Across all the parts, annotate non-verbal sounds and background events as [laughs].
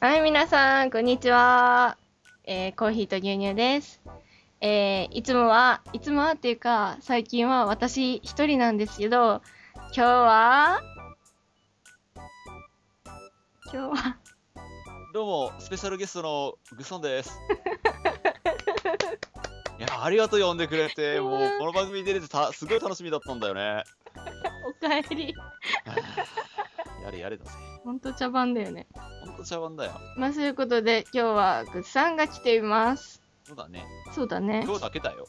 はい、皆さん、こんにちは。えーコーヒーと牛乳です。えーいつもは、いつもはっていうか、最近は私一人なんですけど、今日は、今日は、どうも、スペシャルゲストのグソンです。 [laughs] いや、ありがとう呼んでくれて、もうこの番組に出れてたすごい楽しみだったんだよね。 [laughs] おかえり。やれやれだぜ。ほんと茶番だよね。ほんと茶番だよ。まあ、そういうことで、今日はグッさんが来ています。そうだね。そうだね。今日だけだよ。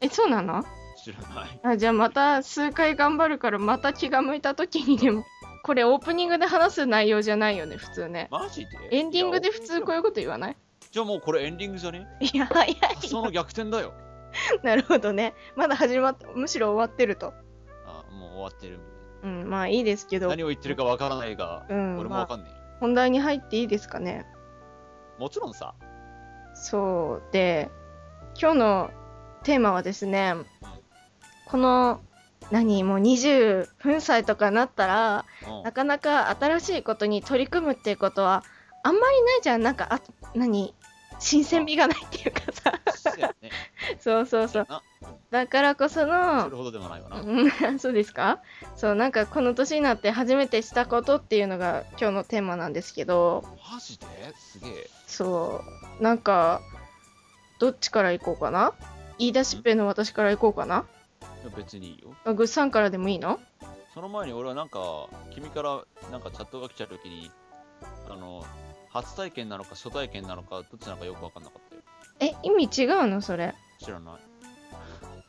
え、そうなの知ら [laughs] ない。あじゃあまた数回頑張るからまた気が向いた時にでもこれオープニングで話す内容じゃないよね普通ねマジでエンディングで普通こうれ。いうこと言わないじゃあもうこれエンディングじゃねいや早い発想の逆 [laughs] 転だよ。なるほどねまだ始まっむしろ終わってるとあ、もう終わってる。うんまあいいですけど何を言ってるかわからないが、うん俺もまわあ、かんない。本題に入っていいですかねもちろんさ。そうで今日のテーマはですねこの何もう20分歳とかなったらうんなかなか新しいことに取り組むっていうことはあんまりないじゃんなんかあ何新鮮味がないっていうかさそうやね。そう [laughs] そうそうなだからこそそれのほどでもないわな。うん [laughs] そうですかそうなんかこの年になって初めてしたことっていうのが今日のテーマなんですけどマジですげえ。そうなんかどっちから行こうかな言い出しっぺの私から行こうかないや別にいいよ。あぐっさんからでもいいのその前に俺はなんか、君からなんかチャットが来ちゃうときに、あの、初体験なのか初体験なのか、どっちなのかよくわかんなかったえよ。意味違うのそれ知らない。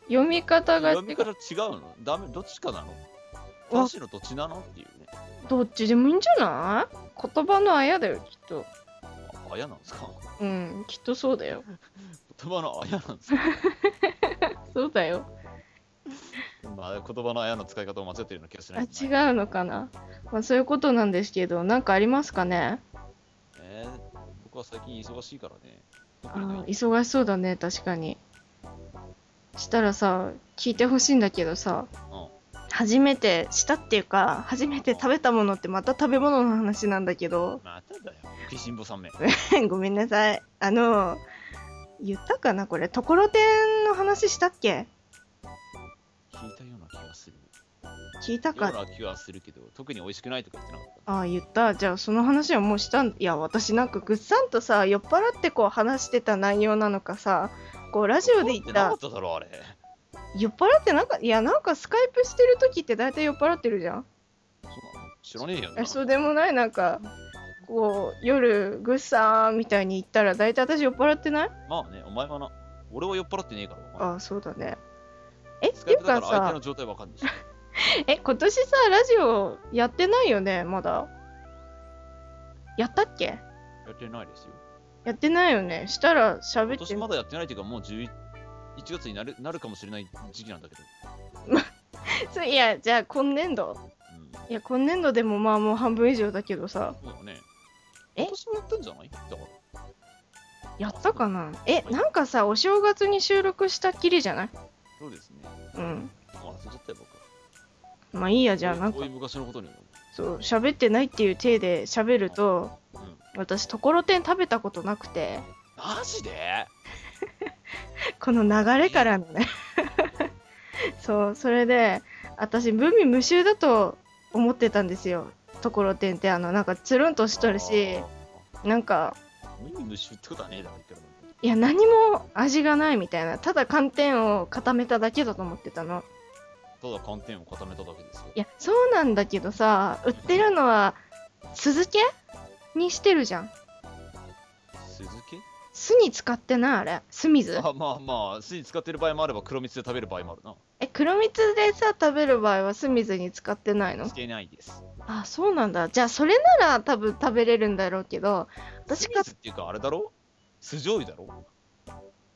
読み方が読み方違うのダメどっちかなの正しいのどっちなのっていうね。どっちでもいいんじゃない言葉のあやだよきっとあ、あやなんですか [laughs] うん、きっとそうだよ。言葉のあやなんで [laughs] すかそうだよ。まあ、言葉のあやの使い方を間違ってるような気がしなあ、い。違う。うのかな。まあ、そういうことなんですけど、なんかありますかね。えー、僕は最近忙しいからね。あー忙しそうだね、確かに。したらさ、聞いてほしいんだけどさ、うん初めてしたっていうか、初めて食べたものってまた食べ物の話なんだけど、 [laughs] まただよ。食いしん坊さんめ。ごめんなさい。あの、言ったかな、これ。ところてんの話したっけ聞いたような気がする。聞いたようか。な気がするけど、特に美味しくないとか言ってなかった。ああ、言った。じゃあ、その話はもうしたんいや、私なんか、ぐっさんとさ、酔っ払ってこう話してた内容なのかさ、こう、ラジオで言っなかたっ、ただろ、あれ。酔っ払ってなんか、いや、なんかスカイプしてる時って大体酔っ払ってるじゃん。そうなの知らねえよな。えそうでもない、なんか、こう、夜、ぐっさんみたいに言ったら、大体私酔っ払ってないまあね、お前はな、俺は酔っ払ってねえからわかんない。ああ、そうだね。え、っスてカイいうプだかから相手さの、状態わかんないし。え、今年さ、ラジオやってないよね、まだ。やったっけやってないですよ。やってないよね。したら、喋今って年まだやってないというか、もう11 1月になるなるかもしれない時期なんだけど。そういやじゃあ今年度うん。いや今年度でもまあもう半分以上だけどさそうだね。え今年もやったんじゃないだから。やったかなえなんかさお正月に収録したっきりじゃないそうですね。うんもう忘れちゃったよ、僕は。まあいいやじゃあなんこうかいう昔のことにも。そう喋ってないっていう体で喋るとうん。私ところてん食べたことなくてマジでこの流れからのね [laughs] そうそれで私無味無臭だと思ってたんですよところてんってあのなんかつるんとしとるしなんかあー。無味無臭ってことはねえだろ、言ってるのにいや何も味がないみたいなただ寒天を固めただけだと思ってたのただ寒天を固めただけですよ。いやそうなんだけどさ売ってるのは酢漬けにしてるじゃん酢漬け酢に使ってないあれ酢水 [laughs] あまあまあ、酢に使ってる場合もあれば黒蜜で食べる場合もあるな。え黒蜜でさ食べる場合は酢水に使ってないのしてないです。あそうなんだじゃあそれなら多分食べれるんだろうけど私酢が水っていうかあれだろ酢醤油だろ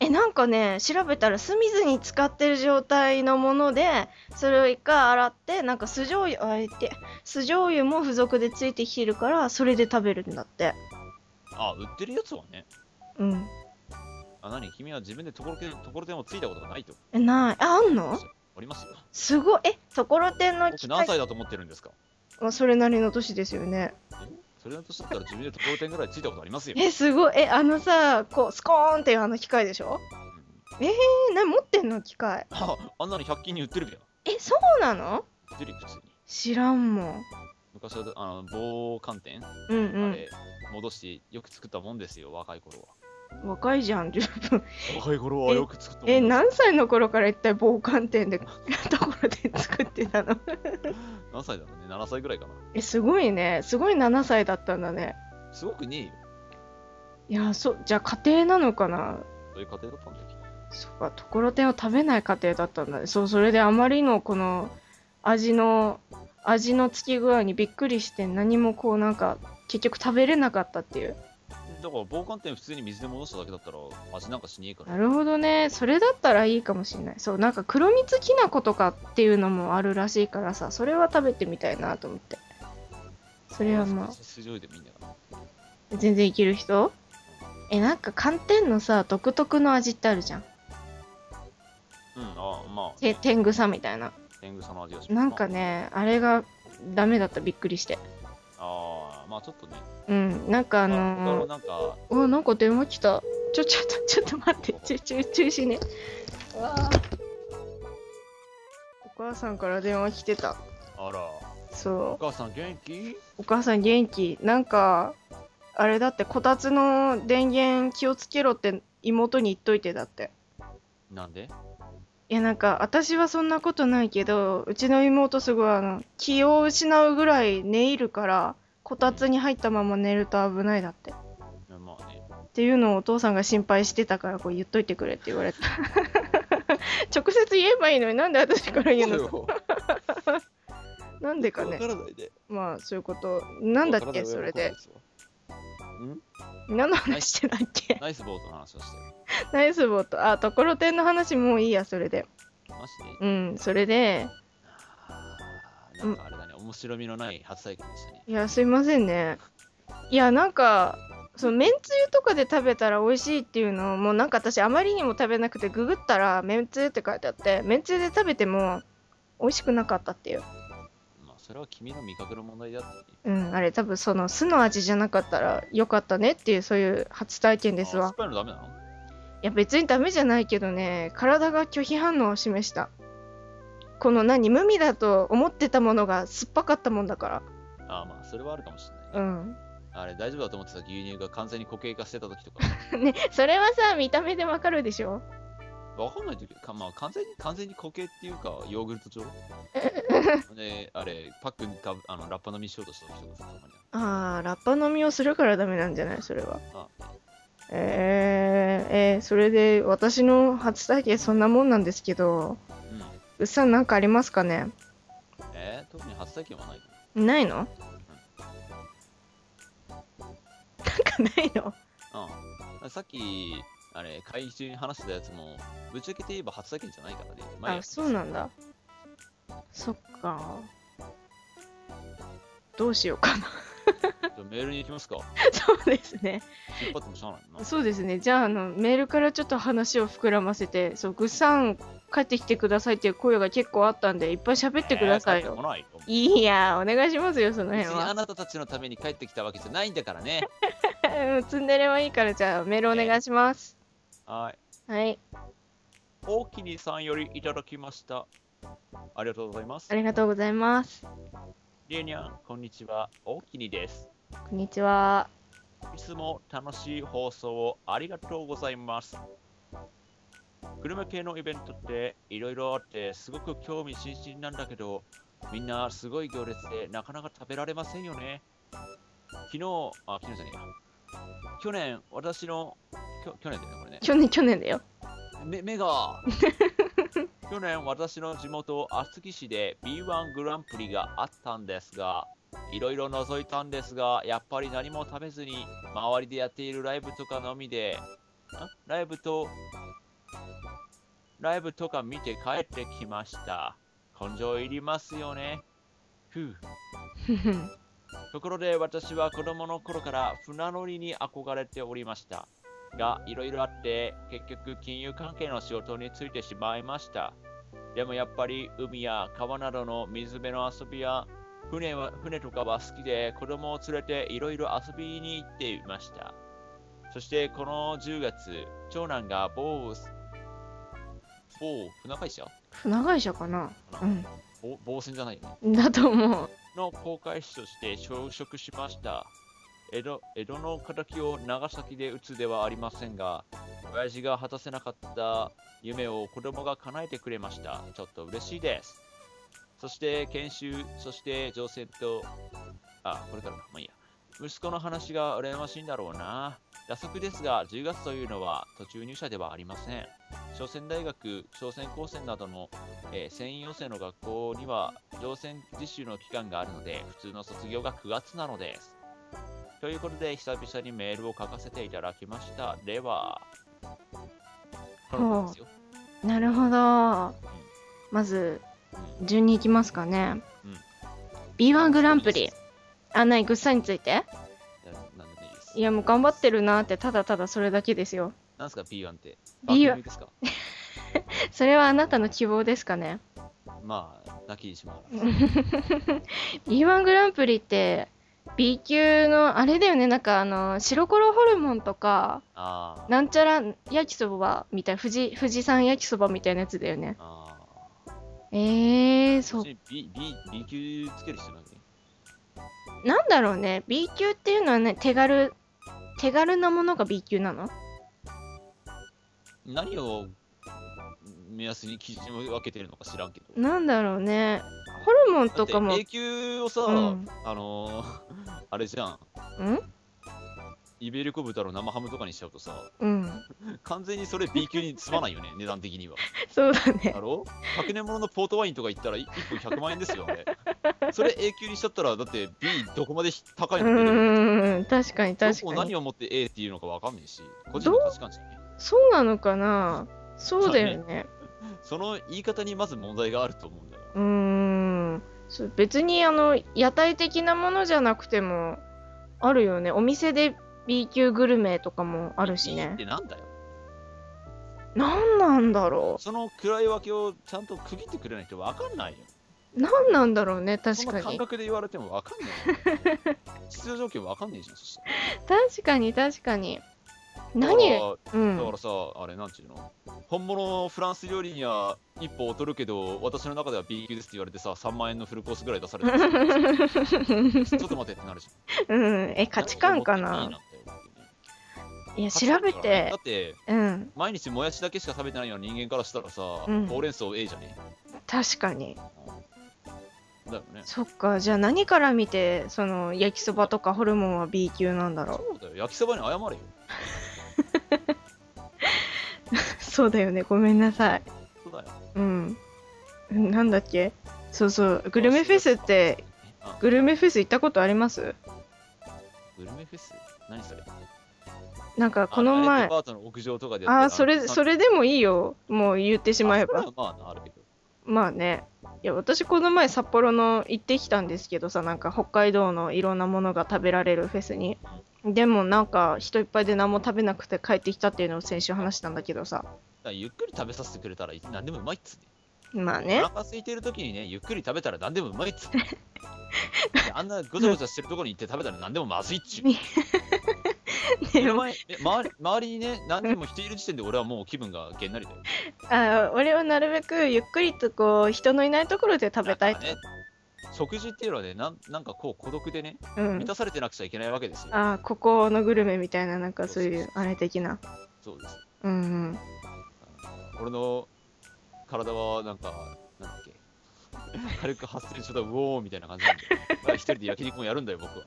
えなんかね調べたら酢水に使ってる状態のものでそれを一回洗ってなんか酢醤油あえて酢醤油も付属でついてきてるからそれで食べるんだってあ、売ってるやつはね。うんあ、何君は自分でところてん、ところてんをついたことがないと。え、ない。あ、あんのありますよ。すごい。え、ところてんの僕機何械、歳だと思ってるんですかまあ、それなりの年ですよね。それの年だったら自分でところてんぐらいついたことありますよ。え、すごい。え、あのさ、こう、スコーンっていうあの機械でしょうんえ、な、持ってんの機械。あ、あんなの100均に売ってるけど。え、そうなの売ってるよ、普通に。知らんもん。昔は、あの、棒寒天、うんあれ、戻してよく作ったもんですよ、若い頃うは。ん。若いじゃん、十 [laughs] 分。若い頃はよく作ったもんですえ、何歳の頃から一体防寒店で [laughs] ところてん作ってたの [laughs] 何歳だろうね、7歳ぐらいかな。え、すごいね。すごい7歳だったんだね。すごくねえよ。いや、そ、じゃあ家庭なのかなそういう家庭だったんだよ、きっとそっか、ところてんを食べない家庭だったんだね。そう、それであまりのこの味の、味のつき具合にびっくりして何もこうなんか結局食べれなかったっていう。だから防寒天普通に水で戻しただけだったら味なんかしねえからなるほどね。それだったらいいかもしれない。そう、なんか黒蜜きな粉とかっていうのもあるらしいからさ、それは食べてみたいなと思って。それはまあ。出場でもいいんだから全然いける人えなんか寒天のさ独特の味ってあるじゃんうんああまあて天草みたいな天草の味がしますなんかねあれがダメだったびっくりしてああまあちょっとねうんなんかああのー、なんかおなんか電話来たちょちょっと [laughs] ちょっと待ってちゅちゅ中止ねうわーお母さんから電話来てたあらおそ母さん元気うお母さん元気なんかあれだってこたつの電源気をつけろって妹に言っといてだってなんでいやなんか私はそんなことないけどうちの妹すごいあの気を失うぐらい寝入るからこたつに入ったまま寝ると危ないだってっまあねていうのをお父さんが心配してたからこう言っといてくれって言われた [laughs] 直接言えばいいのになんで私から言うのそうよなんでかわねからないでまあそういうことなんだっわからけないそれでん何の話してたっけナイスボートの話をしてるナイスボートあところてんの話もういいやそれでマジでうんそれであーなんかあれだね面白みのない初体験でしたねいや、すいませんね。いや、なんか、そのめんつゆとかで食べたら美味しいっていうのを、もうなんか私、あまりにも食べなくて、ググったら、めんつゆって書いてあって、めんつゆで食べても、美味しくなかったっていう。まあそれは君の味覚の問題だってうん、あれ、多分その酢の味じゃなかったら、よかったねっていう、そういう初体験ですあ酸わっ。ぱいのダメなのいや、別にダメじゃないけどね、体が拒否反応を示した。この何、無味だと思ってたものが酸っぱかったもんだかああまあそれはあるかもしれないねら。うん。 [laughs] あれ大丈夫だと思ってた牛乳が完全に固形化してた時とか、ね、それはさ、見た目でわかるでしょわかんない時か、まあ完全に、完全に固形っていうか、ヨーグル [laughs] ト状で、あれ、パックにかぶあのラッパ飲みしようとした時とかさ、たまにああ、ラッパ飲みをするからダメなんじゃないそれは。あるえー、えーそれで私の初体験そんなもんなんですけど、あ、うん。うっさんなんかありますかねえー、特に初体験はない。ないのなんかないのうん。さっき、あれ、会議中に話してたやつも、ぶっちゃけて言えば初体験じゃないからね。前やあ、そうなんだ。そっか。どうしようかな。じゃあメールに行きますか。 [laughs] そうですね。引っ張ってもしゃあない [laughs] な。そうですね。じゃあ、あの、メールからちょっと話を膨らませて、そう、ぐっさん帰ってきてくださいっていう声が結構あったんで、いっぱい喋ってくださいえー帰よって。こないよいや、お願いしますよ、その別辺にあは。なたたちのために帰ってきたわけじゃないんだからね。うん [laughs] ツンデレはいいから、じゃあメールお願いします。はい。はい、大きにさんよりいただきました。ありがとうございますあ。りがとうございます。りえにゃん、こんにちは。大きにです。こんにちは。いつも楽しい放送をありがとうございます。グルメ系のイベントっていろいろあってすごく興味津々なんだけど、みんなすごい行列でなかなか食べられませんよね。昨日、あ、昨日じゃねえや。去年、私の、きょ去年だよね、これね。去年、去年だよ。め目が去年私の地元厚木市で B1 グランプリがあったんですがいろいろ覗いたんですがやっぱり何も食べずに周りでやっているライブとかのみでんライブとライブとか見て帰ってきました根性いりますよねふうふふんところで私は子供の頃から船乗りに憧れておりました。がいろいろあって、結局金融関係の仕事に就いてしまいました。でもやっぱり海や川などの水辺の遊びや船は船とかは好きで子供を連れていろいろ遊びに行っていました。そしてこの10月、長男が某、某船会社船会社かなう某某船じゃないよね。ん。だと思う。の航海士として就職しました。江戸江戸の敵を長崎で打つではありませんが、親父が果たせなかった夢を子供が叶えてくれました。ちょっと嬉しいです。そして研修、そして乗船と、あ、これからか、まあいいや。息子の話が羨ましいんだろうな。打足ですが、10月というのは途中入社ではありません。商船大学、商船高専などのえー専用生の学校には乗船実習の期間があるので普通の卒業が9月なのですということで久々にメールを書かせていただきましたではこの子ですよ、なるほど。まず、うん順に行きますかね。うん B1 グランプリ。あ、ない、ぐっさんについてななんでもいいですいや、もう頑張ってるなって、ただただそれだけですよ。なんすか B1 って B1 番組ですかそれはあなたの希望ですかね。まあ泣きにしまう B1 グランプリって、B 級の、あれだよね、なんかあの、白黒ホルモンとか、あーなんちゃら焼きそばみたいな、富士、富士山焼きそばみたいなやつだよね。あえー、ーそう別。に B, B, B 級つける必要なくねなんだろうね、B 級っていうのはね、手軽、手軽なものが B 級なの何を目安に基準を分けてるのか知らんけどなんだろうね、ホルモンとかだっもて、A 級をさ、うんあのー [laughs] あれじゃんうんイベリコ豚の生ハムとかにしちゃうとさ、うん。完全にそれ B 級につまないよね、値段的には。そうだねだ。ろ ?100 年物のポートワインとか言ったら1本100万円ですよ、ね。[laughs] それ A 級にしちゃったら、だって B どこまで高ういのか出てくるーん、確かに確どこかに何。をもって A っていうのかわかんないし、個人の価値観じゃんね。そうなのかなそうだよね。その言い方にまず問題があると思うんだよ。うーん。そう別に、あの、屋台的なものじゃなくても、あるよね。お店で B 級グルメとかもあるし B っね。てなんだよ。なんなんだろその位分けをちゃんと区切ってくれないとわかんないよ。う。なんなんだろうね、確そんかな感に。覚で言われてもわかんない [laughs] よ。出場条件わかんないじゃん、そしたら確かに、確かに。だ何からうだんか。らさ、あれなんちゅうの本物のフランス料理には一歩劣るけど、私の中では B 級ですって言われてさ、3万円のフルコースぐらい出され [laughs] てさちょっと待ってってなるじゃうん。え、ん。価値観かいいななって思ってねいや、調べ価値観だからねてだ、って、うん。毎日もやしだけしか食べてないような人間からしたらさ、うんほうれん草 A じゃね確かに。え。だよね。そっか、じゃあ何から見て、その、焼きそばとかホルモンは B 級なんだろう。 [laughs] そうだよ、焼きそばに謝れよ。そうだよね、ごめんなさい。そうだよ。うん。うんなんだっけそうそう、グルメフェスって、あグルメフェス行ったことありますグルメフェス何それなんか、こあののア前パ、ートの屋上とかでやってああ、それ、それでもいいよ。もう言ってしまえば。あそれはまあな、あるけど。まあね。いや、私、この前、札幌の行ってきたんですけどさ、なんか、北海道のいろんなものが食べられるフェスに。でも、なんか、人いっぱいで何も食べなくて帰ってきたっていうのを先週話したんだけどさ。だからゆっくり食べさせてくれたらい何でもうまいっつって。まあおね。腹空いてる時にね、ゆっくり食べたら何でもうまいっつっ [laughs] て。ねあんなごちゃごちゃしてるところに行って食べたら何でもまずいっちゅう。目の前え周り周りにね、何でも人いる時点で俺はもう気分がげんなりだよ。 [laughs] あ俺はなるべくゆっくりとこう人のいないところで食べたいだからね。食事っていうのはねなん、なんかこう孤独でね、う満ん、たされてなくちゃいけないわけですよ。あここのグルメみたいななんかそういそううそうそうあれ的なそうです。うん俺の体はなんか、なんだっけ。軽く発生しちゃった、うおーみたいな感じなんで。まあ一人で焼肉もやるんだよ、僕は。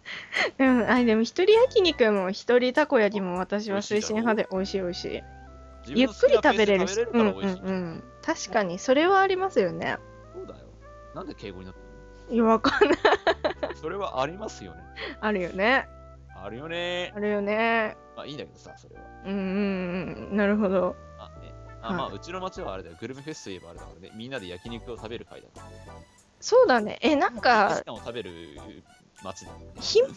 うん、うん、あでも一人焼肉も一人たこ焼きも私は推進派で美味しい美味しい自ゆ分っの好くきりなペ食ースべでれるしう食べれんるうんうから美味しい。ん確かにそれはありますよねそうだよ。なんで敬語になっていやわかんないるのそれはありますよね。あるよねあるよねあるよねまあいいんだけどさ、それは。うんうんうんなるほどあ、ね、あまあ、はうちの町はあれだよ。グルメフェスといえばあれだからね。みんなで焼肉を食べる会だかそうだねえなんら。かパスタを食べる街で。頻繁に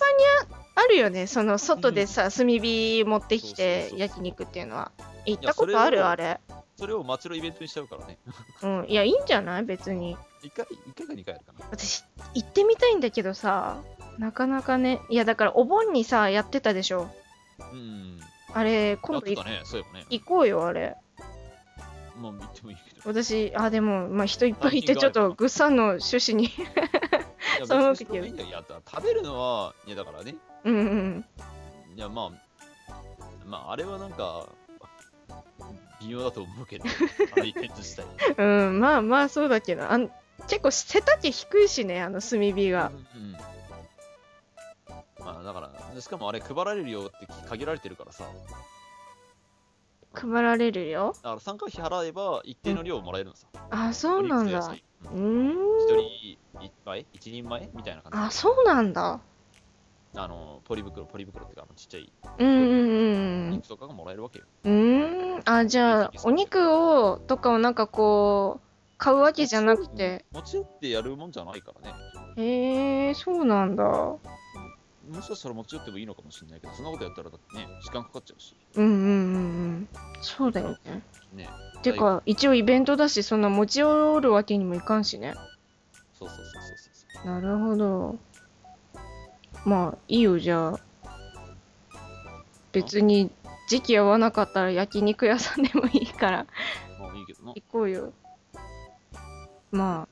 ああるよね、その外でさ、炭火持ってきそうそうてそう焼肉っていうのは。行ったこいやとそあれるをあれ。それを街のイベントにしちゃうからね。うん、いや、いいんじゃない別に。一回、一回か二回やるかな。私、行ってみたいんだけどさ、なかなかね、いや、だからお盆にさ、やってたでしょ。うん。あれ、や今度っていたね、そういえばね。行こうよ、あれ。まあ、見てもいいけど。私、あ、でも、まあ、人いっぱいいて、ちランキょンっグあるとぐっさんの趣旨に。 [laughs] いや、その別にそれもいいんだけど、いや、だから食べるのは、いや、だからね。うんうん。いや、まあ、まあ、あれはなんか、微妙だと思う [laughs] けど、あのイベント自体。うん、まあまあ、そうだけど、あん結構背丈低いしね、あの炭火が。うん。まあ、だから、しかもあれ、配られるよって限られてるからさ。配られるよ。だから参加費払えば一定の量もらえるのさ。あ、そうなんだ。お肉と野菜ううーんん。一人一杯一人前みたいな感あ、じ。そうなんだ。あの、ポリ袋、ポリ袋っていうか、あのちっちゃいうんうんうん肉とかがもらえるわけよ。うん。うーん。あ、じゃあ、お肉を、とかをなんかこう、買うわけじゃなくて。持ち寄ってやるもんじゃないからね。へえ、そうなんだ。うもしかしたら持ち寄ってもいいのかもしれないけど、そんなことやったらだってね、時間かかっちゃうし。んうんうんうん。そうだよね。ね。てか、一応イベントだし、そんな持ち寄るわけにもいかんしね。そうそうそうそうそなう。るほど。まあ、いいよ、じゃあ。別に、時期合わなかったら焼肉屋さんでもいいから、まあいいけどな。行こうよ。ま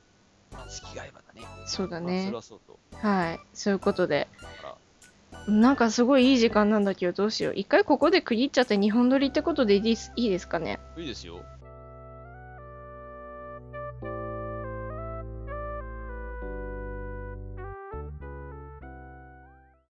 まあ、時期が合えばだね。あ、そうだまあそねれ。はそうと。はい。そういうことで。だから、なんかすごいいい時間なんだけど、どうしよう。一回ここで区切っちゃって、日本撮りってことでいいですいいですかね。いいですよ。